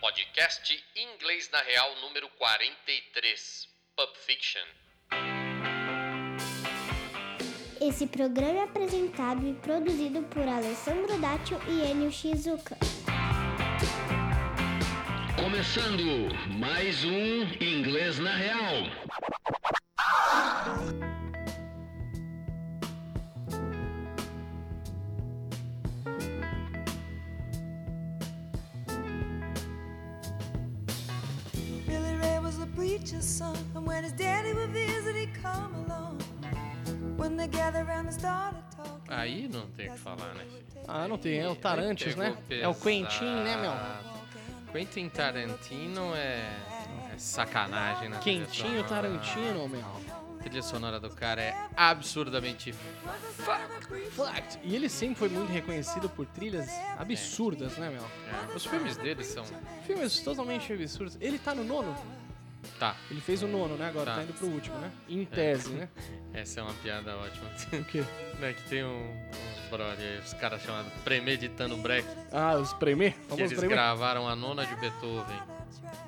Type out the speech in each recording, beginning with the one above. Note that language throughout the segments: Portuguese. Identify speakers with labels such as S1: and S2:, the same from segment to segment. S1: Podcast Inglês na Real número 43, Pulp Fiction.
S2: Esse programa é apresentado e produzido por Alessandro Dátio e Enio Shizuka.
S3: Começando mais um Inglês na Real.
S4: Billy Ray was the preacher's son, and when his daddy would visit, he'd come along. When they gathered round and started talking.
S5: Aí não tem o que falar, né? filho?
S6: Ah, não tem, é o
S5: Aí
S6: Tarantis,
S5: pegou
S6: né? É o Quentin, né, meu?
S5: pesado. Quentin Tarantino é, é sacanagem, né?
S6: Quentinho Tarantino, meu.
S5: A trilha sonora do cara é absurdamente
S6: Fact. E ele sempre foi muito reconhecido por trilhas absurdas, né, meu?
S5: É, Os filmes dele são.
S6: Filmes totalmente absurdos. Ele tá no nono?
S5: Tá,
S6: Ele fez o nono, né? Agora
S5: Tá.
S6: tá, indo pro último, né? Em tese, né?
S5: essa é uma piada ótima.
S6: O quê?
S5: né, que tem um, uns brother, os caras chamados Premeditando Break,
S6: Ah, os Premier?
S5: que
S6: Vamos
S5: eles
S6: Premier?
S5: gravaram a nona de Beethoven.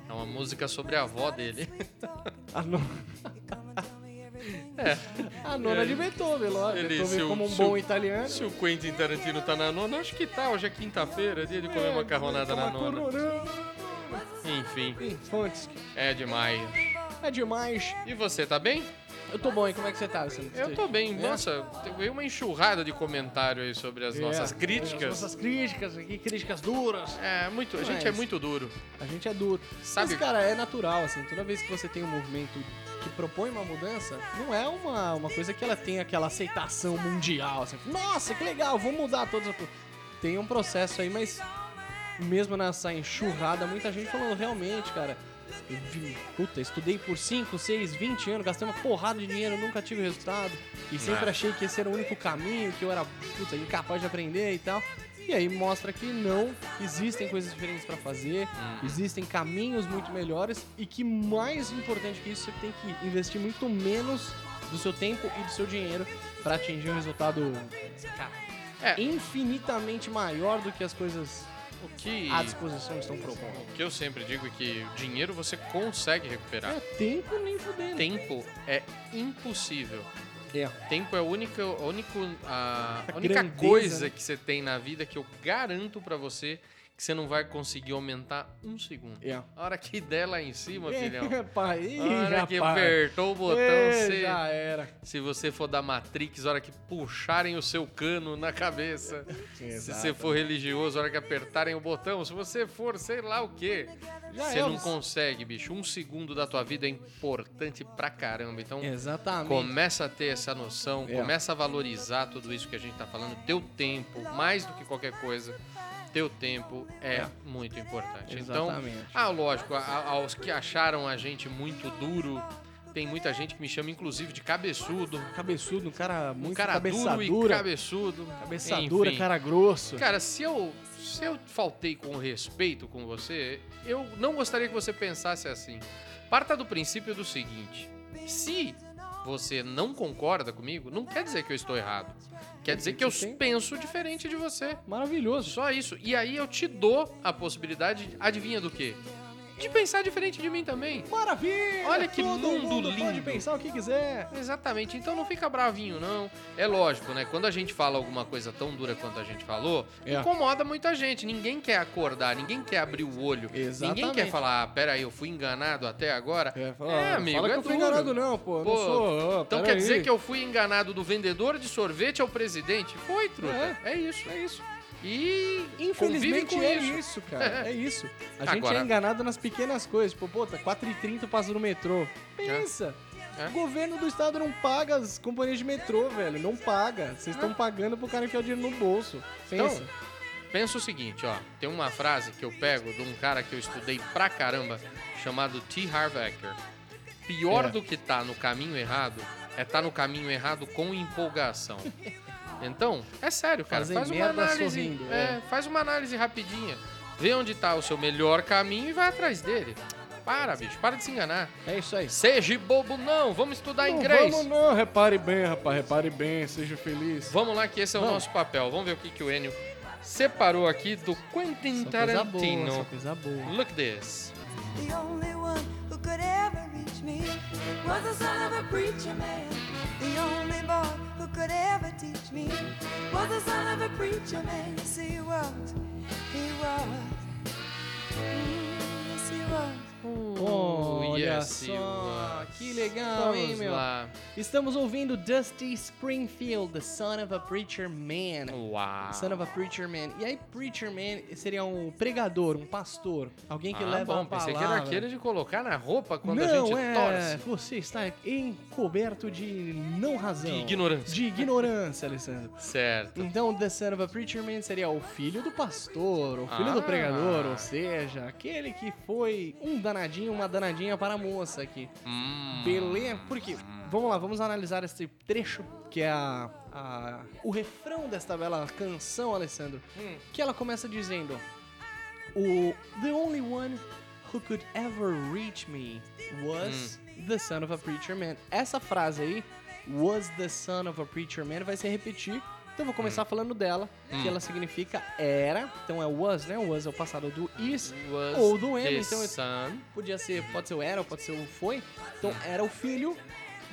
S5: É uma música sobre a avó dele.
S6: A, no...
S5: É.
S6: a nona de Beethoven, lógico.
S5: Ele, se
S6: Beethoven
S5: o-
S6: como um
S5: se
S6: bom
S5: o-
S6: italiano.
S5: Se o Quentin Tarantino tá na nona, acho que tá. Hoje é quinta-feira, dia de
S6: É,
S5: comer macarronada na nona. Enfim,
S6: Fontes.
S5: é demais.
S6: É demais.
S5: E você, tá bem?
S6: Eu tô bom, e como é que você tá, Alessandro?
S5: Eu tô bem.
S6: É?
S5: Nossa, veio uma enxurrada de comentário aí sobre as nossas
S6: É,
S5: críticas.
S6: As nossas críticas aqui, críticas duras.
S5: É, muito, a gente é
S6: Mas-
S5: muito duro.
S6: A gente é duro.
S5: Sabe-
S6: Mas, cara, é natural, assim. Toda vez que você tem um movimento que propõe uma mudança, não é uma, uma coisa que ela tem aquela aceitação mundial, assim. Nossa, que legal, vou mudar todas as... co-". Tem um processo aí, mas mesmo nessa enxurrada, muita gente falando, realmente, cara... eu vi- Puta, estudei por 5, 6, 20 anos, gastei uma porrada de dinheiro, nunca tive resultado. E sempre
S5: É.
S6: achei que esse era o único caminho, que eu era puta, incapaz de aprender e tal. E aí mostra que não, existem coisas diferentes pra fazer, existem caminhos muito melhores e que mais importante que isso, você tem que investir muito menos do seu tempo e do seu dinheiro pra atingir um resultado cara,
S5: É.
S6: infinitamente maior do que as coisas
S5: O que,
S6: à disposição estão propondo.
S5: o que eu sempre digo é que o dinheiro você consegue recuperar.
S6: É tempo nem fudendo.
S5: Tempo é impossível.
S6: É.
S5: Tempo é a única, a único, a, a única
S6: grandeza,
S5: coisa
S6: né?
S5: que você tem na vida que eu garanto pra você que você não vai conseguir aumentar um segundo.
S6: É.
S5: A hora que der lá em cima, filhão.
S6: Epa, ih,
S5: A hora que
S6: rapaz.
S5: apertou o botão,
S6: Ê,
S5: você-
S6: já era.
S5: se você for da Matrix, a hora que puxarem o seu cano na cabeça. Se você for religioso, a hora que apertarem o botão. Se você for sei lá o quê.
S6: Já
S5: você
S6: é,
S5: não
S6: você-
S5: consegue, bicho. Um segundo da tua vida é importante pra caramba. Então,
S6: Exatamente.
S5: Começa a ter essa noção,
S6: É.
S5: começa a valorizar tudo isso que a gente tá falando. Teu tempo, mais do que qualquer coisa, teu tempo é,
S6: É.
S5: muito importante.
S6: Exatamente.
S5: Então, ah, lógico, a- a- aos que acharam a gente muito duro, tem muita gente que me chama, inclusive, de cabeçudo.
S6: Cabeçudo, um cara
S5: ah,
S6: muito
S5: um cara
S6: cabeça
S5: duro e
S6: dura.
S5: cabeçudo.
S6: Cabeça
S5: Enfim.
S6: dura, cara grosso.
S5: Cara, se eu, se eu faltei com respeito com você, eu não gostaria que você pensasse assim. Parta do princípio do seguinte: se você não concorda comigo, não quer dizer que eu estou errado. Quer dizer que eu
S6: Sim.
S5: penso diferente de você.
S6: Maravilhoso.
S5: Só isso. E aí eu te dou a possibilidade, adivinha do quê? De pensar diferente de mim também.
S6: Maravilha!
S5: Olha que
S6: Todo
S5: mundo
S6: mundo
S5: lindo.
S6: Pode pensar o que quiser.
S5: Exatamente, então não fica bravinho, não. É lógico, né? Quando a gente fala alguma coisa tão dura quanto a gente falou,
S6: É.
S5: incomoda muita gente. Ninguém quer acordar, ninguém quer abrir o olho.
S6: Exatamente.
S5: Ninguém quer falar, ah, peraí, eu fui enganado até agora.
S6: É, fala,
S5: É,
S6: "Ah,
S5: amigo,
S6: fala
S5: é
S6: que eu fui
S5: duro."
S6: enganado não, pô. eu
S5: Pô,
S6: não sou.
S5: então quer dizer que eu fui enganado do vendedor de sorvete ao presidente? Foi, truta. É, isso. É isso. E convive
S6: Infelizmente
S5: com
S6: é
S5: isso.
S6: isso, cara. É isso. A gente
S5: Agora-
S6: é enganado nas pequenas coisas. Tipo, pô, tá 4h30 eu passo no metrô. Pensa.
S5: É.
S6: O governo do estado não paga as companhias de metrô, velho. Não paga. Vocês estão pagando pro cara enfiar o dinheiro no bolso.
S5: Então,
S6: Pensa.
S5: pensa o seguinte, ó. Tem uma frase que eu pego de um cara que eu estudei pra caramba, chamado T. Harv Eker. Pior
S6: É.
S5: do que tá no caminho errado, é tá no caminho errado com empolgação. Então, é sério, cara.
S6: Fazer
S5: faz uma
S6: merda
S5: análise.
S6: sorrindo,
S5: é, faz uma análise rapidinha. Vê onde tá o seu melhor caminho e vai atrás dele. Para, bicho, para de se enganar.
S6: é isso aí.
S5: Seja bobo, não. Vamos estudar
S6: Não
S5: inglês.
S6: vamos não, repare bem, rapaz, repare bem, seja feliz.
S5: Vamos lá, que esse é o
S6: Vamos.
S5: nosso papel. Vamos ver o que, que o Enio separou aqui do Quentin
S6: Só coisa boa, só
S5: Tarantino.
S6: coisa boa.
S5: Look this.
S4: The only one who could ever reach me was the son of a preacher man. The only boy who could ever teach me was the son of a preacher man. Yes, he was. He was. Mm, yes, he was.
S6: Olha
S5: yes, you
S6: só,
S5: was.
S6: que legal, hein,
S5: Vamos
S6: meu?
S5: lá.
S6: Estamos ouvindo Dusty Springfield, The Son of a Preacher Man.
S5: Uau.
S6: Son of a Preacher Man. E aí, Preacher Man seria um pregador, um pastor. Alguém que
S5: ah,
S6: leva
S5: bom,
S6: a palavra.
S5: pensei que era aquele de colocar na roupa quando a
S6: não,
S5: gente
S6: é,
S5: torce.
S6: você está encoberto de não razão.
S5: De ignorância.
S6: De ignorância, Alessandro.
S5: Certo.
S6: Então, The Son of a Preacher Man seria o filho do pastor, o filho do
S5: Ah.
S6: pregador, ou seja, aquele que foi um danadinho, uma danadinha para a moça aqui.
S5: Hum.
S6: Beleza? Porque, vamos lá, vamos analisar esse trecho que é a, a- o refrão desta bela canção, Alessandro. Que ela começa dizendo: o, The only one who could ever reach me was the son of a preacher man. Essa frase aí, was the son of a preacher man, vai se repetir. Então eu vou começar falando dela, que ela significa era. Então é was, né? Was é o passado do is
S5: Was
S6: ou do am.
S5: the
S6: Então eu-
S5: son
S6: Podia ser, pode ser o era, pode ser o foi. Então era o filho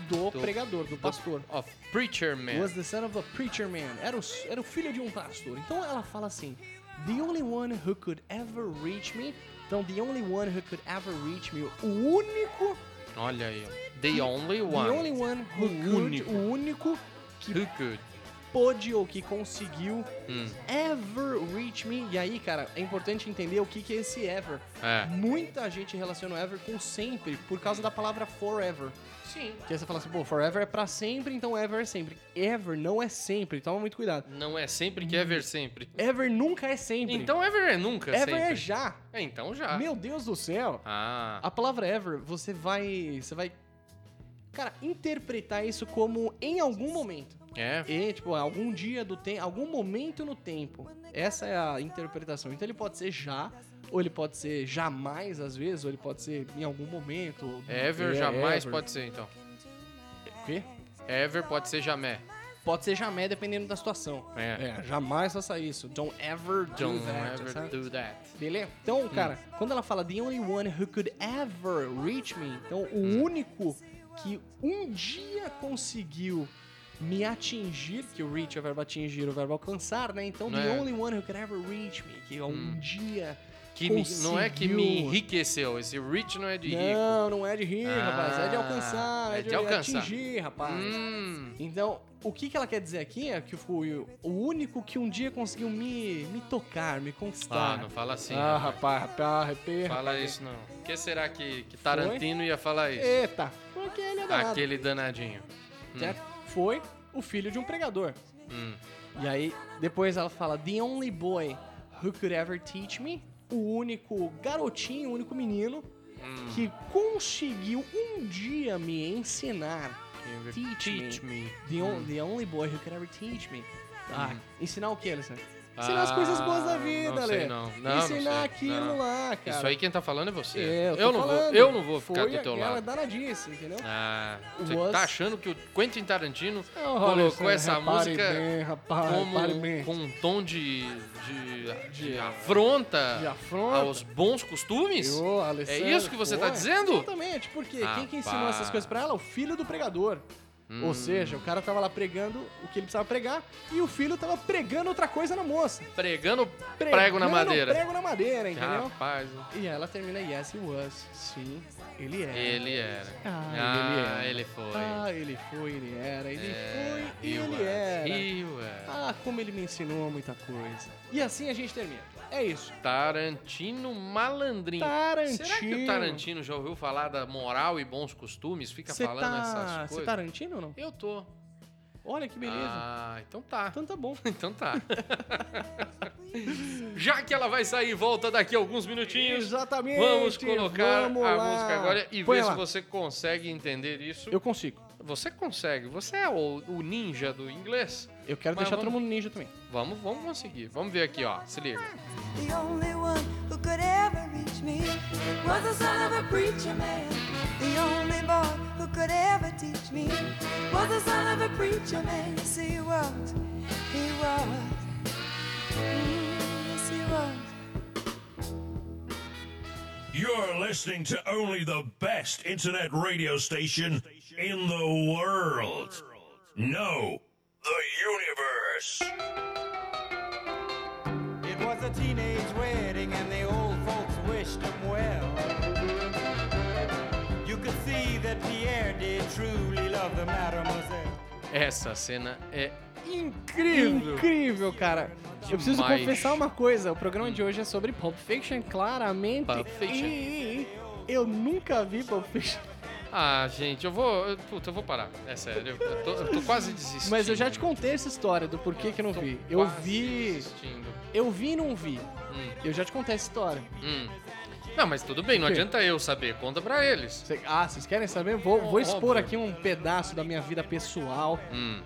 S6: do,
S5: Do-
S6: pregador, do É. pastor.
S5: of preacher man.
S6: Was the son of a preacher man. Era o, s- era o filho de um pastor. Então ela fala assim: The only one who could ever reach me. Então, the only one who could ever reach me. O único.
S5: Olha aí. ó. The only one.
S6: The only one who
S5: O
S6: could.
S5: único.
S6: O único que
S5: Who could?
S6: pôde ou que conseguiu
S5: Hum.
S6: ever reach me. E aí, cara, é importante entender o que, que é esse ever.
S5: É.
S6: Muita gente relaciona o ever com sempre por causa da palavra forever.
S5: Sim.
S6: Que aí você fala assim, pô, forever é pra sempre, então ever é sempre. Ever não é sempre, toma muito cuidado.
S5: Não é sempre que ever sempre.
S6: Ever nunca é sempre.
S5: Então ever é nunca
S6: ever
S5: sempre.
S6: é já.
S5: É, então já.
S6: Meu Deus do céu.
S5: Ah.
S6: A palavra ever, você vai, você vai cara, interpretar isso como em algum momento.
S5: É.
S6: E, tipo, algum dia do tempo, algum momento no tempo. Essa é a interpretação. Então ele pode ser já, ou ele pode ser jamais, às vezes, ou ele pode ser em algum momento. ou-
S5: Ever
S6: É,
S5: jamais
S6: ever.
S5: pode ser, então.
S6: O quê?
S5: Ever pode ser jamais.
S6: Pode ser jamais, dependendo da situação.
S5: É.
S6: É, jamais faça isso. Don't ever do
S5: Don't
S6: that.
S5: ever
S6: sabe?
S5: do that.
S6: Beleza? Então, cara, quando ela fala the only one who could ever reach me, então o
S5: Hum.
S6: único que um dia conseguiu me atingir, que o reach é o verbo atingir, o verbo alcançar, né? Então, the
S5: É. Hum.
S6: only one who could ever reach me, que um dia.
S5: Que me- não é que me
S6: conseguiu.
S5: enriqueceu. Esse rich não é de rico.
S6: Não, não é de rir,
S5: Ah,
S6: rapaz. É de alcançar, é,
S5: é
S6: de,
S5: de alcançar.
S6: atingir, rapaz.
S5: Hum.
S6: Então, o que, que ela quer dizer aqui é que foi o único que um dia conseguiu me, me tocar, me conquistar.
S5: Ah, não fala assim.
S6: Tá. ah,
S5: rapaz.
S6: rapaz, rapaz, arrepia.
S5: Fala isso não. O que será que, que Tarantino ia falar isso?
S6: Eita, porque ele é danado.
S5: Aquele danadinho.
S6: Certo? Foi o filho de um pregador.
S5: Hum.
S6: E aí, depois ela fala, the only boy who could ever teach me, o único garotinho, o único menino
S5: Hum.
S6: que conseguiu um dia me ensinar. Teach me.
S5: Teach me.
S6: The, on-
S5: Hum.
S6: the only boy who could ever teach me. Ah, ensinar o que, Alessandro?
S5: Ah,
S6: Ensinar as coisas boas da vida,
S5: não sei,
S6: Lê.
S5: não. Não, não
S6: Ensinar
S5: sei,
S6: aquilo
S5: não.
S6: lá, cara.
S5: Isso aí quem tá falando é você.
S6: É, eu, tô
S5: não vou,
S6: falando.
S5: eu não vou ficar
S6: Foi
S5: do teu
S6: aquela
S5: lado.
S6: danadice, entendeu?
S5: Ah, você
S6: Was-
S5: tá achando que o Quentin Tarantino
S6: Não,
S5: colocou
S6: Alessandro,
S5: essa
S6: repare
S5: música
S6: bem, rapaz, repare bem.
S5: como, com um tom de, de, de afronta,
S6: de afronta.
S5: aos bons costumes?
S6: Ô, Alessandro,
S5: É isso que você tá dizendo?
S6: Exatamente, porque quem que ensinou
S5: Rapaz. Hum.
S6: essas coisas pra ela? O filho do pregador. Ou seja, o cara tava lá pregando o que ele precisava pregar e o filho tava pregando outra coisa na moça.
S5: Pregando
S6: Pregando
S5: prego na madeira.
S6: Prego na madeira, entendeu?
S5: Rapaz,
S6: E ela termina yes he was. Sim, ele era.
S5: ele era.
S6: Ah,
S5: Ah,
S6: ele era.
S5: ele foi.
S6: Ah, ele foi, ele era, ele
S5: É,
S6: foi e
S5: he
S6: ele
S5: was,
S6: era.
S5: he was.
S6: Ah, como ele me ensinou muita coisa. E assim a gente termina. É isso.
S5: Tarantino malandrinho.
S6: Tarantino.
S5: Será que o Tarantino já ouviu falar da moral e bons costumes? Fica
S6: Você
S5: falando
S6: tá...
S5: essas
S6: Você
S5: coisas?
S6: Tarantino ou não?
S5: Eu tô.
S6: Olha que beleza.
S5: Ah, então tá.
S6: Então tá bom.
S5: Então tá. Já que ela vai sair e volta daqui a alguns minutinhos,
S6: Exatamente.
S5: vamos colocar
S6: Vamos
S5: a
S6: lá.
S5: música agora e
S6: Põe
S5: ver
S6: lá.
S5: se você consegue entender isso.
S6: Eu consigo.
S5: Você consegue, você é o, o ninja do inglês.
S6: Eu quero
S5: Mas
S6: deixar
S5: vamos-
S6: todo mundo ninja também.
S5: Vamos, vamos conseguir. Vamos ver aqui, ó. Se liga.
S4: The only one who could ever reach me was the son of a preacher man. The only boy who could ever teach me was the son of a preacher man. Yes, he was. He was. Mm, Mm, yes, he was.
S7: You're listening to only the best internet radio station in the world. No, the universe.
S8: It was a teenage wedding and the old folks wished him well. You could see that Pierre did truly love the mademoiselle.
S5: Essa cena é incrível.
S6: Incrível, cara. Eu preciso
S5: Demais.
S6: confessar uma coisa. O programa de hoje é sobre Pulp Fiction, claramente.
S5: Pulp Fiction.
S6: E, e- eu nunca vi Pulp Fiction.
S5: Ah, gente, eu vou. eu- Puta, eu vou parar. É sério. Eu tô, eu tô quase desistindo.
S6: Mas eu já te contei essa história do porquê que eu não
S5: Tô
S6: vi. Eu
S5: quase
S6: vi.
S5: desistindo.
S6: Eu vi e não vi. Eu já te contei essa história.
S5: Hum. Não, mas tudo bem, não
S6: O quê?
S5: adianta eu saber. Conta pra eles.
S6: Cê- ah, vocês querem saber? Vou, vou expor
S5: Óbvio.
S6: aqui um pedaço da minha vida pessoal.
S5: Hum.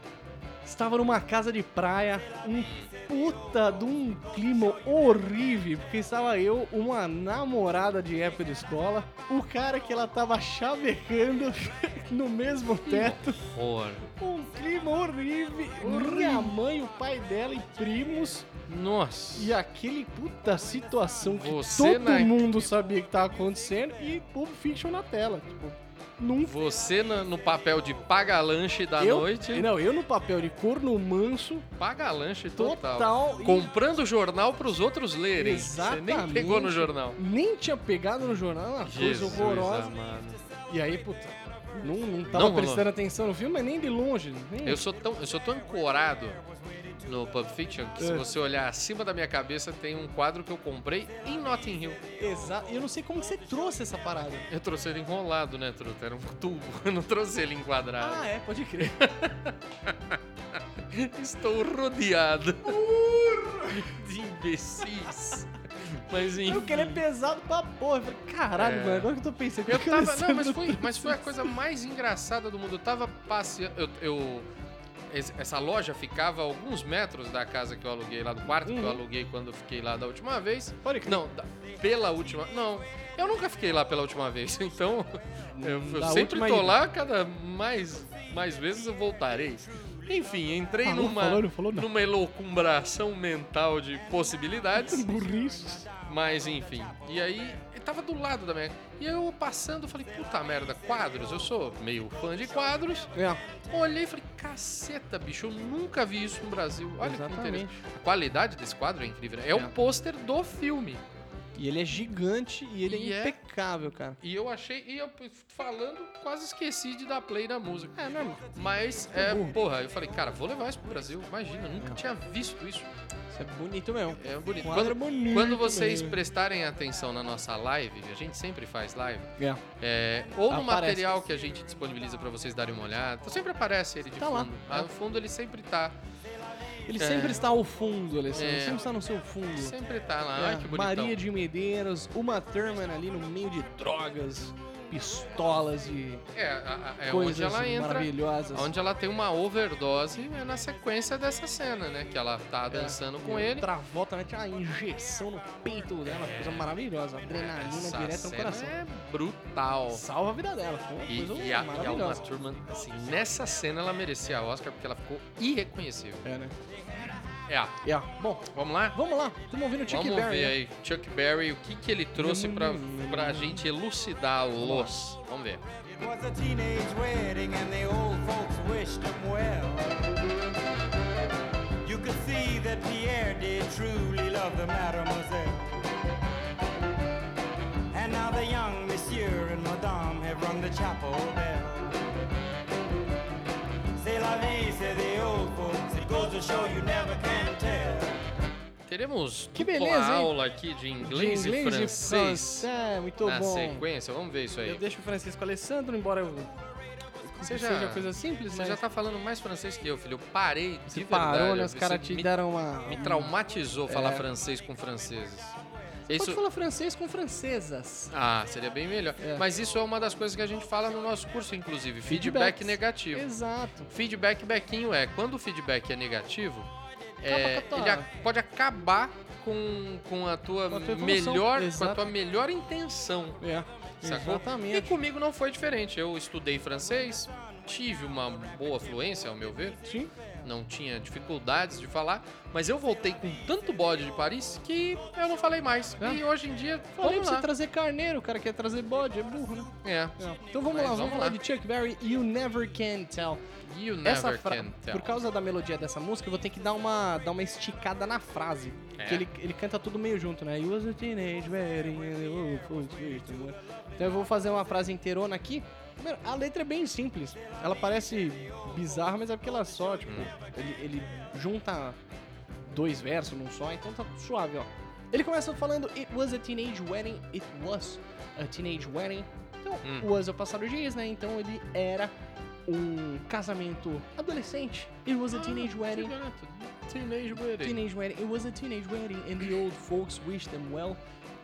S6: Estava numa casa de praia, um puta de um clima horrível, porque estava eu, uma namorada de época de escola, o cara que ela tava chavecando no mesmo teto,
S5: Horror.
S6: um clima horrível, minha mãe, o pai dela e primos,
S5: Nossa.
S6: e aquele puta situação que
S5: Você
S6: todo
S5: na-
S6: mundo sabia que tava acontecendo, e Pulp Fiction na tela, tipo, num
S5: Você na- no papel de paga-lanche da
S6: eu,
S5: noite.
S6: Não, eu no papel de corno manso,
S5: Paga-lanche total.
S6: total. e-
S5: Comprando jornal pros outros lerem. Você nem
S6: Exatamente.
S5: pegou no jornal.
S6: Nem tinha pegado no jornal, uma coisa
S5: Jesus
S6: horrorosa.
S5: amado.
S6: E aí, puta, não, não tava
S5: rolou.
S6: prestando atenção no filme, mas nem de longe. nem-
S5: Eu sou tão, eu sou tão ancorado no Pulp Fiction que se
S6: É.
S5: você olhar acima da minha cabeça tem um quadro que eu comprei em Notting Hill.
S6: Exa- Eu não sei como que você trouxe essa parada.
S5: Eu trouxe ele enrolado, né, Truta? Era um tubo. Eu não trouxe ele enquadrado.
S6: Ah, é, pode crer.
S5: Estou rodeado de imbecis. Mas enfim.
S6: Eu queria é pesado pra porra. Eu falei, caralho,
S5: É.
S6: mano, agora que eu tô pensando.
S5: Eu
S6: por que
S5: tava.
S6: Alessandro
S5: Não, mas foi,
S6: tá-
S5: mas foi a coisa mais engraçada do mundo. Eu tava passeando. Eu, eu- es- essa loja ficava a alguns metros da casa que eu aluguei lá, do quarto que eu
S6: Uhum.
S5: aluguei quando eu fiquei lá da última vez.
S6: Pode crer.
S5: Não, da- pela última. Não, eu nunca fiquei lá pela última vez. Então, eu, eu
S6: Da
S5: sempre
S6: última
S5: tô
S6: ida.
S5: lá, cada mais, mais vezes eu voltarei. Enfim, entrei
S6: Falou,
S5: numa,
S6: falou, Ah, não falou, não.
S5: numa elocumbração mental de possibilidades.
S6: Burrice.
S5: Mas enfim. E aí, ele tava do lado da minha. E eu passando, falei, puta merda, quadros. Eu sou meio fã de quadros.
S6: É,
S5: Olhei e falei, caceta, bicho, eu nunca vi isso no Brasil. Olha que
S6: Exatamente.
S5: interessante. A qualidade desse quadro é incrível. né? É, um pôster do filme.
S6: E ele é gigante e ele
S5: E
S6: é
S5: é-
S6: impecável, cara.
S5: E eu achei, e eu falando, quase esqueci de dar play na música.
S6: É, normal.
S5: Mas, é,
S6: burro.
S5: porra, eu falei, cara, vou levar isso pro Brasil. Imagina, eu nunca tinha visto isso.
S6: Isso é bonito mesmo.
S5: É bonito.
S6: Quadro
S5: Quando,
S6: bonito
S5: quando vocês
S6: mesmo.
S5: prestarem atenção na nossa live, a gente sempre faz live.
S6: É.
S5: É, ou no
S6: Aparece.
S5: material que a gente disponibiliza pra vocês darem uma olhada. Sempre aparece ele de
S6: Tá lá.
S5: fundo. Ah, No fundo ele sempre tá.
S6: Ele
S5: É.
S6: sempre está ao fundo, Alessandro.
S5: É.
S6: Sempre está no seu fundo.
S5: Sempre tá lá. Ai,
S6: É,
S5: que bonitão.
S6: Maria de Medeiros, uma Thurman ali no meio de drogas, pistolas e
S5: É, a- a- é
S6: coisas
S5: onde ela entra.
S6: maravilhosas.
S5: Onde ela tem uma overdose é na sequência dessa cena, né? Que ela tá
S6: É.
S5: dançando
S6: E
S5: com
S6: o
S5: ele.
S6: Travolta mete uma injeção no peito dela, coisa maravilhosa. Adrenalina
S5: Essa
S6: direto no
S5: cena
S6: coração.
S5: é brutal.
S6: Salva a vida dela, foi uma
S5: E,
S6: coisa
S5: e a, e a Uma
S6: maravilhosa.
S5: Thurman, assim, nessa cena ela merecia a Oscar porque ela ficou irreconhecível.
S6: É, né?
S5: É, ah,
S6: É, Bom,
S5: vamos lá?
S6: vamos lá. Estamos ouvindo o Chuck
S5: Vamos
S6: Berry.
S5: ver
S6: né?
S5: aí, Chuck Berry, o que, que ele trouxe pra, pra gente elucidar o los. Vamos ver.
S8: It was a teenage wedding and the old folks wished him well. You could see that Pierre did truly love the mademoiselle. And now the young monsieur and madame have rung the chapel bell. C'est la vie, say the old folks. It goes to show you never can tell.
S5: Teremos
S6: Que
S5: dupla
S6: beleza, hein?
S5: aula aqui de inglês,
S6: De
S5: e
S6: inglês
S5: francês
S6: É, muito
S5: na
S6: bom.
S5: sequência. Vamos ver isso
S6: Eu
S5: aí.
S6: deixo o Francisco Alessandro, embora eu...
S5: Você já-
S6: seja coisa simples,
S5: Você
S6: mas
S5: já tá falando mais francês que eu, filho. Eu parei de
S6: se
S5: verdade.
S6: parou, né?
S5: eu-
S6: Os caras
S5: você
S6: te
S5: me,
S6: deram uma...
S5: me traumatizou falar
S6: É.
S5: francês com franceses.
S6: Pode
S5: Isso...
S6: falar francês com francesas.
S5: Ah, seria bem melhor.
S6: É.
S5: Mas isso é uma das coisas que a gente fala no nosso curso, inclusive. Feedback
S6: Feedbacks.
S5: negativo.
S6: Exato.
S5: Feedback bequinho é quando o feedback é negativo, é,
S6: com a tua-
S5: ele a- pode acabar com, com a tua
S6: Com a tua evolução,
S5: melhor com a
S6: exato.
S5: tua melhor intenção.
S6: É.
S5: Sacou? E
S6: Exatamente.
S5: comigo não foi diferente. Eu estudei francês, tive uma boa fluência, ao meu ver.
S6: Sim.
S5: não tinha dificuldades de falar, mas eu voltei com tanto bode de Paris que eu não falei mais.
S6: É.
S5: E hoje em dia,
S6: Falei
S5: vamos
S6: pra
S5: lá.
S6: você trazer carneiro, o cara quer trazer bode, é burro, né?
S5: É.
S6: Então vamos
S5: Mas
S6: lá, vamos,
S5: vamos
S6: falar
S5: lá.
S6: de Chuck Berry, You Never Can Tell.
S5: You
S6: Essa
S5: never
S6: fra-
S5: can tell.
S6: Por causa da melodia dessa música, eu vou ter que dar uma, dar uma esticada na frase.
S5: É.
S6: Porque ele, ele canta tudo meio junto, né? You was a teenage wedding and the world was sweet. Então eu vou fazer uma frase inteirona aqui. Primeiro, A letra é bem simples. Ela parece bizarra, mas é porque ela só, tipo,
S5: Hum.
S6: ele, ele junta dois versos num só, então tá suave, ó. Ele começa falando It was a teenage wedding, it was a teenage wedding. Então,
S5: Hum.
S6: was é o passado de dias, né? Então ele era um casamento adolescente. It was
S5: Ah,
S6: a teenage wedding.
S5: Teenage wedding.
S6: Teenage wedding. It was a teenage wedding and the old folks wished them well.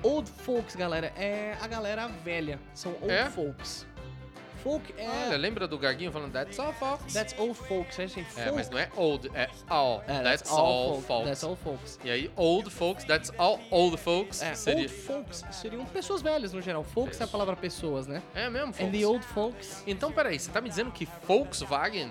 S6: Old folks, galera, é a galera velha. São old
S5: É?
S6: folks. Folk é.
S5: Olha, lembra do Gaguinho falando That's all folks?
S6: That's old folks. Aí a gente
S5: é,
S6: folk.
S5: mas não é old, é all.
S6: É,
S5: that's, all, folks.
S6: That's all folks.
S5: E aí, old folks, that's all old folks.
S6: É,
S5: seria...
S6: Old folks seriam pessoas velhas no geral. Folks é a palavra pessoas, né?
S5: É mesmo,
S6: And
S5: folks.
S6: the old folks.
S5: Então, peraí, você tá me dizendo que Volkswagen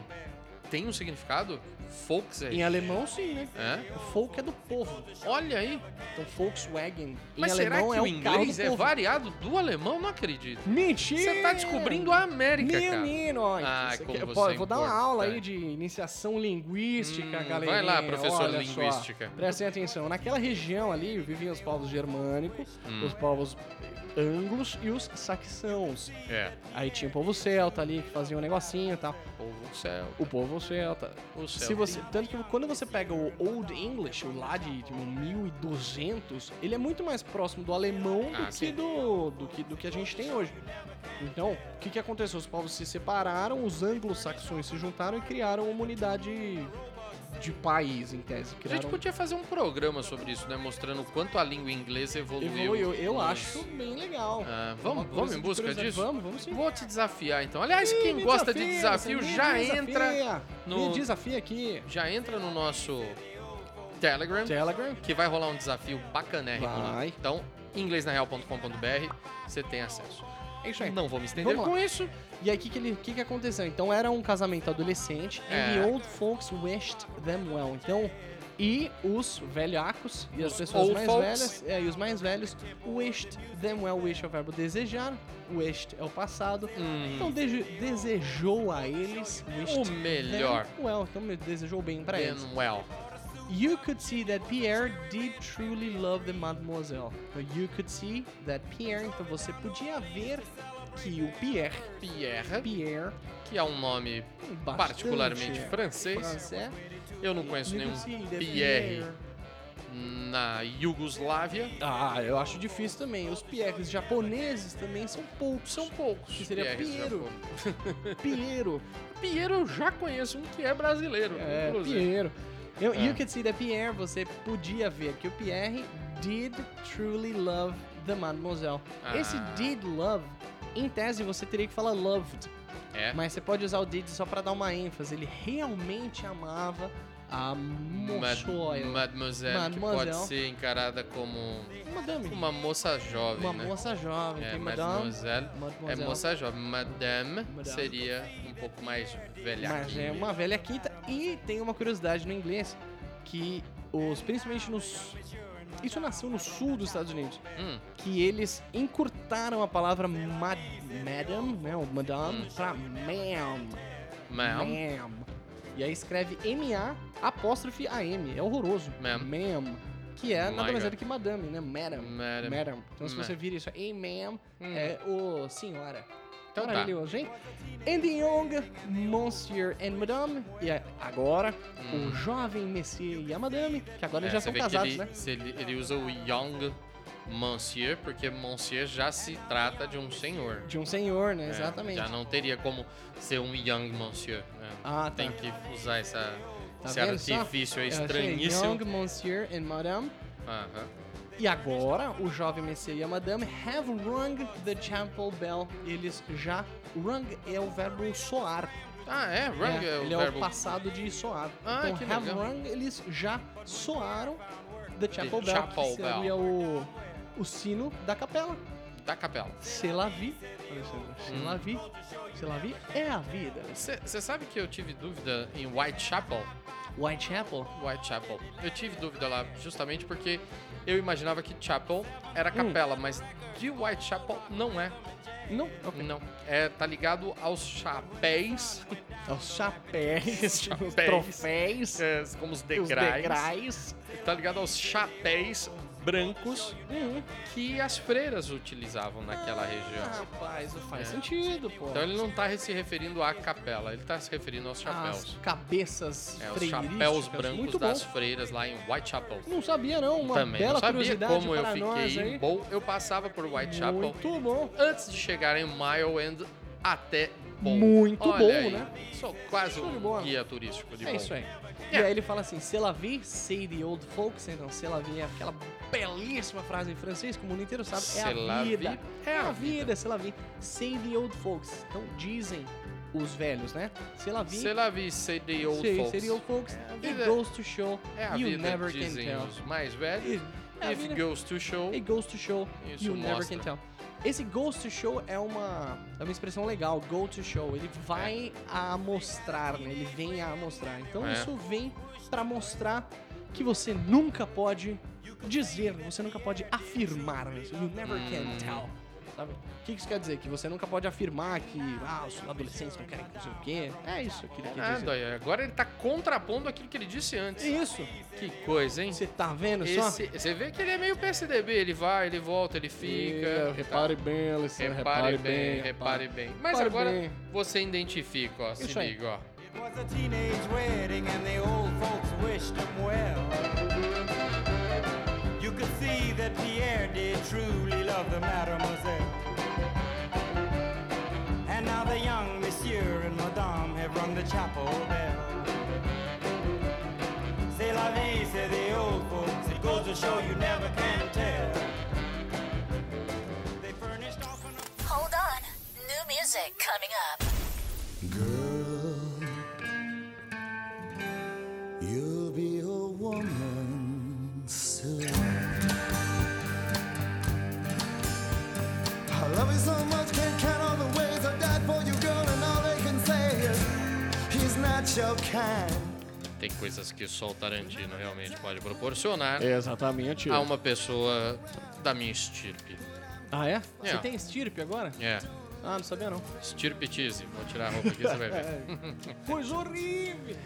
S5: tem um significado? Folks é...
S6: Em alemão, sim, né?
S5: É?
S6: O folk é do povo.
S5: Olha aí.
S6: Então, Volkswagen em
S5: Mas será que
S6: alemão é
S5: o
S6: o carro
S5: inglês
S6: do
S5: é
S6: povo.
S5: variado do alemão? Não acredito.
S6: Mentira!
S5: Você tá descobrindo a América, cara.
S6: Menino, ó,
S5: Ah,
S6: isso aqui-
S5: como
S6: pô,
S5: você é
S6: eu vou dar uma aula aí
S5: importante.
S6: de iniciação linguística,
S5: Hum,
S6: galera.
S5: vai lá, professor
S6: olha
S5: linguística.
S6: Só, prestem atenção. Naquela região ali viviam os povos germânicos,
S5: Hum.
S6: os povos anglos e os saxãos.
S5: É.
S6: Aí tinha o povo celta ali que fazia um negocinho e tal.
S5: Povo é céu.
S6: O povo celta.
S5: O céu.
S6: Se você, tanto que quando você pega o Old English, o lá de, um de 1200, ele é muito mais próximo do alemão
S5: Ah,
S6: do,
S5: sim.
S6: que do, do, que, do que a gente tem hoje. Então, o que, que aconteceu? Os povos se separaram, os anglo-saxões se juntaram e criaram uma unidade de país, em tese.
S5: A
S6: Criaram...
S5: gente podia fazer um programa sobre isso, né? Mostrando o quanto a língua inglesa evoluiu.
S6: Evoluiu. Eu
S5: Hum.
S6: acho bem legal.
S5: Ah,
S6: Uma
S5: vamos, vamos
S6: coisa
S5: em
S6: de
S5: busca
S6: curiosidade.
S5: disso?
S6: Vamos, vamos sim.
S5: Vou te desafiar, então. Aliás, quem
S6: Me
S5: gosta de
S6: desafia,
S5: desafio
S6: você me
S5: já
S6: desafia.
S5: entra, no-
S6: Me desafia aqui.
S5: já entra no nosso Telegram,
S6: Telegram.
S5: que vai rolar um desafio bacanérrimo lá.
S6: Vai.
S5: Então, inglesnareal.com.br, você tem acesso.
S6: É isso aí.
S5: Não vou me estender
S6: Vamos lá.
S5: com isso.
S6: E aí, o que, que, ele- o que, que aconteceu? Então, era um casamento adolescente
S5: É.
S6: and the old folks wished them well. Então, e os velhacos e as pessoas
S5: old
S6: mais
S5: folks.
S6: velhas, é, e os mais velhos, wished them well. Wish é o verbo desejar, wished é o passado. Então, deje- desejou a eles, wished
S5: Hum. O melhor.
S6: them well. Então, me desejou bem pra
S5: Ben
S6: eles.
S5: Well.
S6: You could see that Pierre did truly love the mademoiselle. Então, You could see that Pierre, então você podia ver que o Pierre,
S5: Pierre,
S6: Pierre,
S5: que é um nome
S6: Bastante
S5: particularmente francês.
S6: francês. assim,
S5: Eu não conheço nenhum Pierre na Iugoslávia.
S6: Ah, eu acho difícil também. Os Pierres japoneses também são poucos. São poucos. Que seria
S5: Pierres
S6: Piero.
S5: japoneses.
S6: Piero.
S5: Piero eu já conheço um que é brasileiro,
S6: É,
S5: inclusive.
S6: Piero. Eu,
S5: É.
S6: You could see that Pierre, você podia ver que o Pierre did truly love the mademoiselle.
S5: Ah.
S6: Esse did love, em tese você teria que falar loved.
S5: É.
S6: Mas você pode usar o did só pra dar uma ênfase. Ele realmente amava a moçoia.
S5: Mademoiselle, que pode
S6: Mademoiselle.
S5: ser encarada como
S6: Madame.
S5: uma moça jovem,
S6: Uma
S5: né?
S6: moça jovem,
S5: é,
S6: tem madame,
S5: mademoiselle, é
S6: mademoiselle.
S5: moça jovem. Madame,
S6: Madame.
S5: seria um pouco mais velha.
S6: mas é uma velha quinta. E tem uma curiosidade no inglês, que os, principalmente nos... Isso nasceu no sul dos Estados Unidos,
S5: Hum.
S6: que eles encurtaram a palavra mad, madam, né, o madame, pra ma'am,
S5: Hum. Ma'am.
S6: ma'am. E aí escreve M-A apóstrofe A-M, é horroroso.
S5: Ma'am. Oh
S6: Ma'am. Que é
S5: My
S6: nada mais
S5: God.
S6: é do que madame, né, madam.
S5: Madam.
S6: Madam. Então se
S5: Ma-
S6: você vira isso aí, ma'am, é o senhora.
S5: Hum. Então tá.
S6: Maravilhoso, hein? And the young monsieur and madame. E a- agora, o jovem monsieur e a madame, que agora
S5: Hum. É,
S6: já
S5: você
S6: são
S5: vê que
S6: casados,
S5: ele,
S6: né?
S5: se ele, ele usa o young monsieur, porque monsieur já se trata de um senhor.
S6: De um senhor, né?
S5: né?
S6: Exatamente.
S5: Já não teria como ser um young monsieur. né?
S6: Ah, tá.
S5: Tem que usar essa,
S6: Tá
S5: esse
S6: vendo só?
S5: artifício aí
S6: Eu achei
S5: estranhíssimo.
S6: Young monsieur and madame.
S5: Aham.
S6: E agora, o jovem monsieur e a madame have rung the chapel bell. Eles já... Rung é o verbo soar.
S5: Ah, é? Rung
S6: É,
S5: é, o
S6: ele é
S5: verbo.
S6: o passado de soar.
S5: Ah,
S6: então,
S5: que
S6: have
S5: legal.
S6: rung, eles já soaram The Chapel Bell,
S5: Chapel
S6: que seria o, o sino da capela.
S5: Da capela.
S6: C'est la vie, Alexandre. C'est la vie. C'est la vie é a vida.
S5: Você sabe que eu tive dúvida em Whitechapel?
S6: Whitechapel?
S5: Whitechapel. Eu tive dúvida lá, justamente porque eu imaginava que Chapel era
S6: Hum.
S5: capela, mas de Whitechapel não é.
S6: Não,
S5: Não. É, tá ligado aos chapéis,
S6: é os chapéus, os
S5: chapéus.
S6: troféus,
S5: é, como os
S6: os
S5: degraus.
S6: degraus.
S5: Tá ligado aos chapéus brancos
S6: Hum,
S5: que as freiras utilizavam naquela região.
S6: Rapaz, não faz sentido, pô.
S5: É. Então ele não tá se referindo à capela, ele tá se referindo aos
S6: As
S5: chapéus.
S6: cabeças
S5: É, os
S6: freirísticas,
S5: chapéus brancos
S6: muito bom.
S5: das freiras lá em Whitechapel.
S6: Não sabia não, uma
S5: Também
S6: bela
S5: não sabia
S6: curiosidade
S5: como eu
S6: para nós
S5: fiquei
S6: aí.
S5: bom. Eu passava por Whitechapel
S6: Muito bom.
S5: antes de chegar em Mile End até Bom.
S6: Muito
S5: Olha
S6: bom,
S5: aí,
S6: né?
S5: Sou quase
S6: Show de
S5: um
S6: bola.
S5: guia turístico de
S6: É
S5: Bom.
S6: isso aí. E aí ele fala assim, C'est la vie, c'est the old folks. Então, c'est la vie é aquela belíssima frase em francês que o mundo inteiro sabe. É
S5: C'est la
S6: a vida.
S5: vie, é a
S6: vida, c'est la vie. C'est the old folks. Então, dizem os velhos, né? C'est la vie,
S5: C'est la vie, c'est the old
S6: c'est-
S5: folks. É,
S6: c'est the old folks.
S5: a
S6: It
S5: vida.
S6: goes to show
S5: É a
S6: you
S5: vida,
S6: never can
S5: dizem
S6: tell.
S5: os mais velhos.
S6: É a
S5: If
S6: vida.
S5: goes to show.
S6: It goes to show
S5: Isso
S6: you never
S5: mostra.
S6: can tell. Esse goes to show é uma, é uma expressão legal, go to show. Ele vai a mostrar, né? Ele vem a mostrar. Então
S5: É.
S6: isso vem pra mostrar que você nunca pode dizer, né? você nunca pode afirmar mesmo. You never
S5: Hum.
S6: can tell. Sabe? O que que isso quer dizer? Que você nunca pode afirmar que ah, os adolescentes não querem que não sei o quê. É isso que ele quer dizer. É
S5: Nada, é. agora ele tá contrapondo aquilo que ele disse antes.
S6: Isso.
S5: Que coisa, hein?
S6: Você tá vendo só?
S5: Esse- você vê que ele é meio PSDB, ele vai, ele volta, ele fica. e
S6: É,
S5: tal.
S6: repare bem, Alessandro.
S5: repare bem, repare bem. Mas
S6: Repare
S5: agora
S6: bem.
S5: você identifica, ó, se
S6: Isso aí.
S5: liga, ó.
S8: It was a teenage wedding and the old folks wished him well. You could see that Pierre did truly love the mademoiselle. And now the young monsieur and madame have rung the chapel bell. C'est la vie, say the old folks. It goes to show you never can tell. They furnished off an
S9: Hold on. New music coming up.
S10: Girl, you'll be a woman soon. I love you so much, can't count all the ways I died for you, girl, and all they can say is he's not your kind.
S5: Tem coisas que só o Tarantino realmente pode proporcionar
S6: Exatamente.
S5: a uma pessoa da minha estirpe.
S6: Ah, é?
S5: É.
S6: Você tem estirpe agora?
S5: É,
S6: Ah, não sabia não.
S5: estirpetise. Vou tirar a roupa aqui, você vai ver.
S6: Coisa horrível!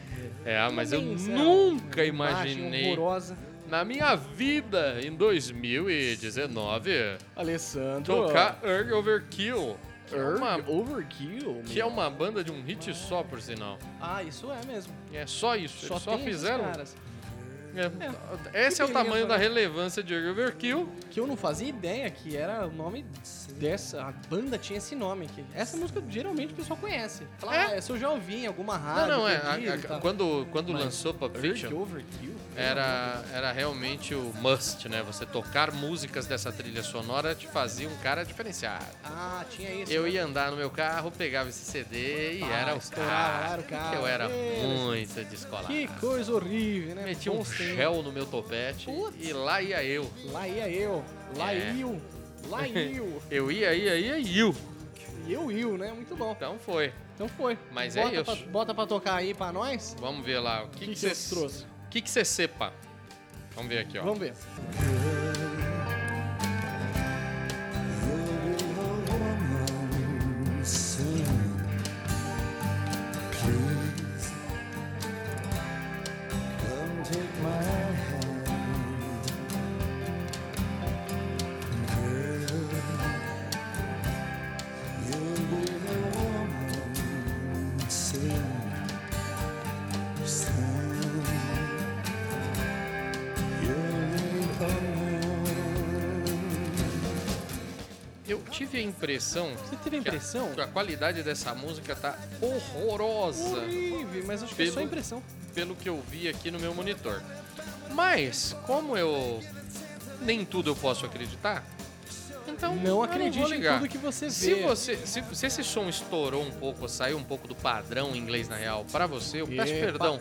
S5: É, mas eu
S6: Também, isso é
S5: nunca
S6: uma imagem
S5: imaginei
S6: Horrorosa.
S5: na minha vida, em 2019,
S6: Alessandro.
S5: tocar Urge Overkill. Que é,
S6: Urge
S5: uma,
S6: Overkill.
S5: que é uma banda de um hit só, por sinal.
S6: Ah, isso é mesmo.
S5: E É só isso.
S6: Só,
S5: Eles só
S6: tem esses
S5: fizeram.
S6: caras.
S5: É. Esse é o
S6: Que beleza,
S5: tamanho da
S6: né?
S5: relevância de Urge Overkill.
S6: Que eu não fazia ideia que era o nome dessa. A banda tinha esse nome. Que essa música geralmente o pessoal conhece. Fala,
S5: É.
S6: ah, essa eu já ouvi em alguma rádio.
S5: Não, não, é. a-
S6: perdido
S5: a-
S6: e tal.
S5: quando quando
S6: tá. Mas
S5: lançou Pulp
S6: Urge
S5: Fiction,
S6: Overkill?
S5: era, era realmente o must, né? Você tocar músicas dessa trilha sonora te fazia um cara diferenciado.
S6: Ah, tinha isso.
S5: Eu
S6: né?
S5: ia andar no meu carro, pegava esse CD e
S6: Ah,
S5: era o
S6: estourava,
S5: cara.
S6: era o cara.
S5: que eu era
S6: Eles-
S5: muito descolado.
S6: Que coisa horrível, né?
S5: Metia um
S6: Bons tempos.
S5: gel no meu topete
S6: Putz.
S5: e lá ia eu.
S6: Lá ia eu, lá
S5: É.
S6: eu, lá eu.
S5: Eu ia, ia, ia e eu.
S6: E eu, eu, né? Muito bom.
S5: Então foi.
S6: Então foi.
S5: Mas é
S6: bota
S5: isso.
S6: Pra, bota pra tocar aí pra nós.
S5: Vamos ver lá. O que,
S6: que
S5: que,
S6: você
S5: cê-
S6: trouxe?
S5: O que você sepa? Vamos ver aqui, ó.
S6: Vamos ver.
S10: You'll be a woman soon. Please come take my hand. Girl, you'll be a woman soon. Soon. You'll need a man.
S5: Eu tive a impressão
S6: Você teve a impressão?
S5: que a qualidade dessa música tá horrorosa
S6: Horrível, mas acho que é só
S5: Pelo-
S6: impressão.
S5: pelo que eu vi aqui no meu monitor. Mas, como eu nem tudo eu posso acreditar, então eu
S6: Não acredite
S5: vou
S6: em
S5: ligar.
S6: tudo que você vê.
S5: Se você se, se esse som estourou um pouco, saiu um pouco do padrão em inglês na real, pra você, eu peço
S6: Epa.
S5: perdão.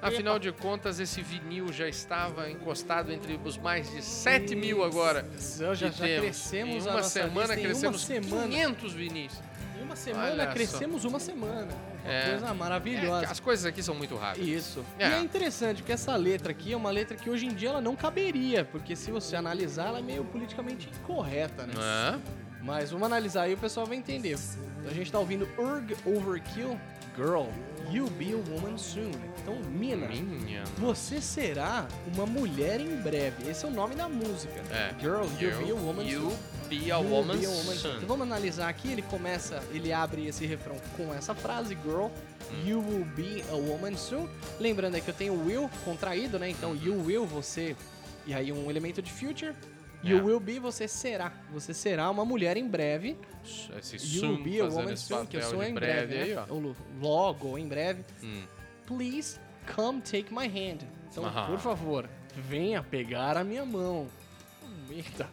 S5: Afinal de contas, esse vinil já estava encostado entre os mais de 7 mil agora.
S6: Já, já
S5: que temos.
S6: crescemos
S5: em
S6: a
S5: uma
S6: nossa
S5: semana
S6: lista, em
S5: crescemos
S6: uma semana.
S5: 500 vinis. É,
S6: Em uma semana,
S5: Olha só.
S6: crescemos uma semana. Uma
S5: É.
S6: coisa
S5: É,
S6: maravilhosa.
S5: as coisas aqui são muito rápidas.
S6: Isso.
S5: É.
S6: E é interessante, porque essa letra aqui é uma letra que hoje em dia ela não caberia, porque se você analisar, ela é meio politicamente incorreta, né?
S5: Hã?
S6: Mas vamos analisar aí e o pessoal vai entender. Então a gente tá ouvindo Urg Overkill, Girl, You'll Be a Woman Soon. Então, mina,
S5: Minha.
S6: você será uma mulher em breve. Esse é o nome da música.
S5: É.
S6: Girl, You'll Be a Woman Soon.
S5: You be a
S6: You'll
S5: woman
S6: be a woman soon. Então
S5: soon.
S6: vamos analisar aqui, ele começa, ele abre esse refrão com essa frase, girl, you will be a woman soon. Lembrando aí que eu tenho will contraído, né? Então you will, você, e aí um elemento de future. You
S5: Yeah.
S6: will be, você será. Você será uma mulher em breve.
S5: Esse
S6: You will
S5: soon
S6: be a
S5: fazendo
S6: woman
S5: esse
S6: soon, que eu
S5: papel
S6: sou
S5: de
S6: em
S5: é breve
S6: breve, né?
S5: aí, ó.
S6: Ou lo- logo, ou em breve.
S5: Hum.
S6: Please come take my hand. Então,
S5: Aham.
S6: por favor, venha pegar a minha mão. Eita.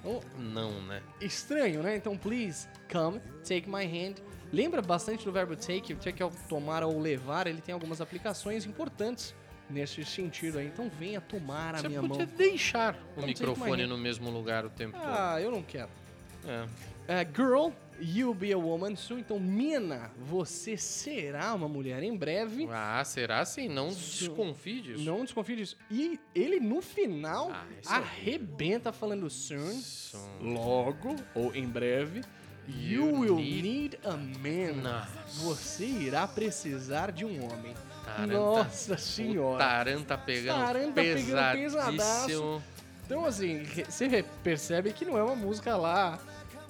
S6: Então,
S5: Não, né?
S6: estranho, né? Então, please, come, take my hand. Lembra bastante do verbo take, o take é o tomar ou levar, ele tem algumas aplicações importantes nesse sentido aí. Então, venha tomar a
S5: Você
S6: minha
S5: podia
S6: mão.
S5: deixar o
S6: take my
S5: microfone
S6: hand.
S5: no mesmo lugar o tempo
S6: Ah, eu não quero.
S5: todo. É.
S6: É, girl, you'll be a woman soon. Então, mina, você será uma mulher em breve.
S5: Ah, será assim? Não desconfie disso.
S6: Não desconfie disso. E ele, no final,
S5: Ah, isso é
S6: arrebenta falando soon,
S5: Soon.
S6: logo, ou em breve, you,
S5: You
S6: will
S5: need-
S6: need a man.
S5: Nossa.
S6: Você irá precisar de um homem.
S5: Taranta.
S6: Nossa
S5: O
S6: senhora.
S5: Taranta tá pegando
S6: Taranta tá pegando
S5: pesadíssimo.
S6: Então, assim, re- você re- percebe que não é uma música lá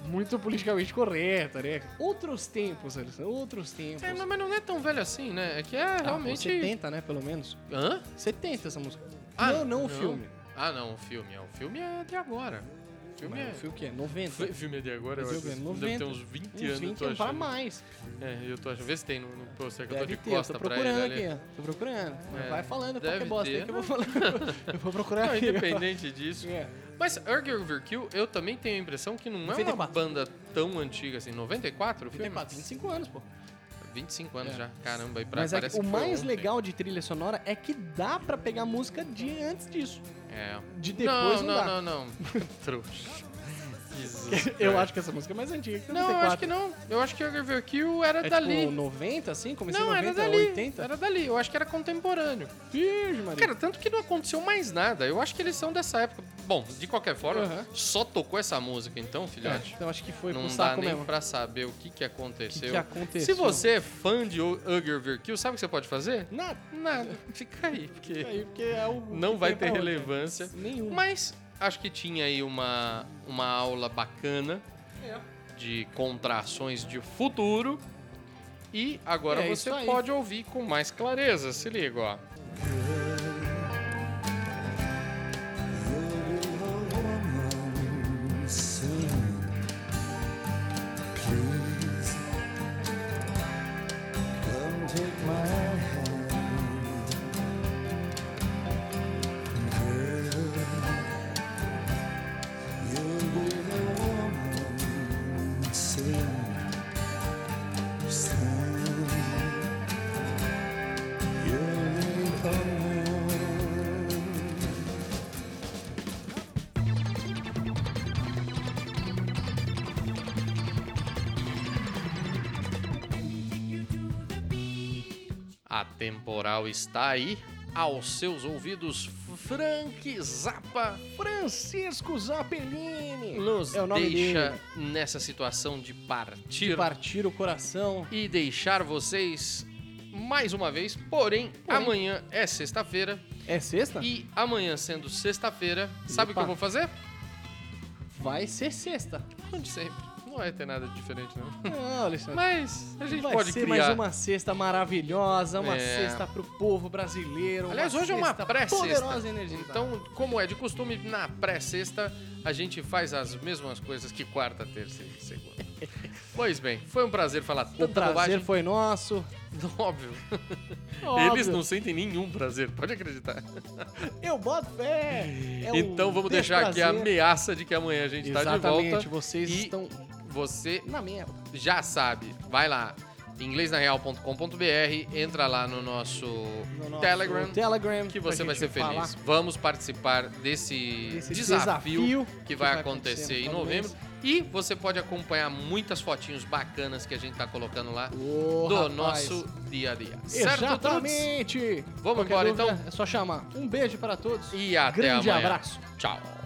S6: muito politicamente correta, né? Outros tempos, Alisson, outros tempos.
S5: É, mas mas não é tão velho assim, né? É que é
S6: Ah,
S5: realmente...
S6: 70, né, pelo menos.
S5: Hã?
S6: 70 essa música.
S5: Ah,
S6: não, não o filme.
S5: Ah, não, o filme. é, O filme é de agora. O filme
S6: Mas
S5: é...
S6: o filme que é 90.
S5: Fi- filme é de agora, eu
S6: Mas eu
S5: acho.
S6: ganho
S5: Deve
S6: 90.
S5: ter uns 20
S6: Uns um
S5: anos, eu
S6: 20
S5: tô
S6: anos pra
S5: achando.
S6: mais.
S5: É, eu tô achando. Vê se tem no, no pôster que eu tô
S6: Deve
S5: de
S6: ter, eu
S5: costa
S6: tô
S5: pra
S6: procurando
S5: ele ali.
S6: aqui, ó. Tô procurando.
S5: É,
S6: Vai falando
S5: deve
S6: qualquer bosta aí
S5: ter,
S6: que eu vou falando. eu vou procurar
S5: Não,
S6: aqui. ó.
S5: independente disso.
S6: É.
S5: Mas Urge Overkill, eu também tenho a impressão que não é
S6: 94.
S5: uma banda tão antiga assim. 94 o filme?
S6: 34, 25 anos, pô.
S5: 25 anos
S6: É.
S5: já. Caramba, e pra,
S6: Mas é que
S5: parece
S6: o
S5: que foi
S6: mais
S5: ontem.
S6: legal de trilha sonora é que dá pra pegar música de antes disso.
S5: É.
S6: De depois não,
S5: não,
S6: dá.
S5: não, não, não. Trouxa. Jesus,
S6: Eu
S5: cara.
S6: acho que essa música é mais antiga que 94.
S5: Não, eu acho que não. Eu acho que Urge Overkill era
S6: É
S5: dali.
S6: tipo 90, assim? Comecei em
S5: não,
S6: 90,
S5: era dali.
S6: 80?
S5: Era dali. Eu acho que era contemporâneo.
S6: Virgem, Maria.
S5: Cara, tanto que não aconteceu mais nada. Eu acho que eles são dessa época. Bom, de qualquer forma,
S6: Aham.
S5: só tocou essa música então, filhote.
S6: É, então acho que foi
S5: não
S6: pro
S5: dá
S6: saco
S5: nem
S6: mesmo.
S5: pra saber o que, que aconteceu.
S6: Que que aconteceu?
S5: Se você é fã de Ugger Overkill, sabe o que você pode fazer?
S6: Nada.
S5: Nada. Fica aí, porque
S6: Aí, porque é o
S5: não
S6: que
S5: vai
S6: tem pra
S5: ter
S6: hoje.
S5: relevância.
S6: Nenhuma.
S5: Mas acho que tinha aí uma, uma aula bacana
S6: É.
S5: de contrações de futuro. E agora
S6: É
S5: você
S6: isso aí.
S5: pode ouvir com mais clareza. Se liga, ó. A temporal está aí. Aos seus ouvidos, Frank Zappa
S6: Francisco Zappellini.
S5: nos
S6: é o nome
S5: deixa
S6: dele.
S5: nessa situação de partir
S6: De partir o coração.
S5: e deixar vocês mais uma vez. Porém, amanhã é sexta-feira
S6: É sexta?
S5: e amanhã sendo sexta-feira, sabe o que
S6: Opa.
S5: eu vou fazer?
S6: Vai ser sexta.
S5: Como de sempre. Não vai ter nada de diferente, não.
S6: Não, Ah, Alexandre.
S5: Mas a gente
S6: É. Vai
S5: pode
S6: ser
S5: criar.
S6: mais uma sexta maravilhosa, uma
S5: É.
S6: sexta pro povo brasileiro.
S5: Aliás, hoje é uma
S6: sexta
S5: pré-sexta.
S6: Poderosa energia.
S5: Então, como é de costume, na pré-sexta a gente faz as mesmas coisas que quarta, terça e segunda. pois bem, foi um prazer falar tanta
S6: o prazer
S5: bobagem.
S6: foi nosso.
S5: Óbvio.
S6: Óbvio.
S5: Eles não sentem nenhum prazer, pode acreditar.
S6: Eu boto fé. É o
S5: então vamos deixar aqui a
S6: desprazer.
S5: ameaça de que amanhã a gente está de volta.
S6: Exatamente, vocês
S5: e
S6: estão
S5: Você
S6: na merda.
S5: já sabe, vai lá, inglesnareal.com.br, entra lá no nosso,
S6: No nosso
S5: Telegram,
S6: Telegram
S5: que você
S6: pra
S5: vai ser
S6: gente falar.
S5: feliz. Vamos participar desse,
S6: Esse
S5: desafio,
S6: desafio
S5: que,
S6: que
S5: vai,
S6: vai
S5: acontecer
S6: acontecer no
S5: em
S6: final do
S5: novembro. E você pode acompanhar muitas fotinhos bacanas que a gente tá colocando lá
S6: Ô,
S5: do
S6: rapaz.
S5: nosso dia a dia. Certo, Trudes?
S6: Exatamente.
S5: Vamos embora,
S6: dúvida, É só chamar. Um beijo para todos.
S5: E até
S6: Grande
S5: amanhã.
S6: abraço.
S5: Tchau.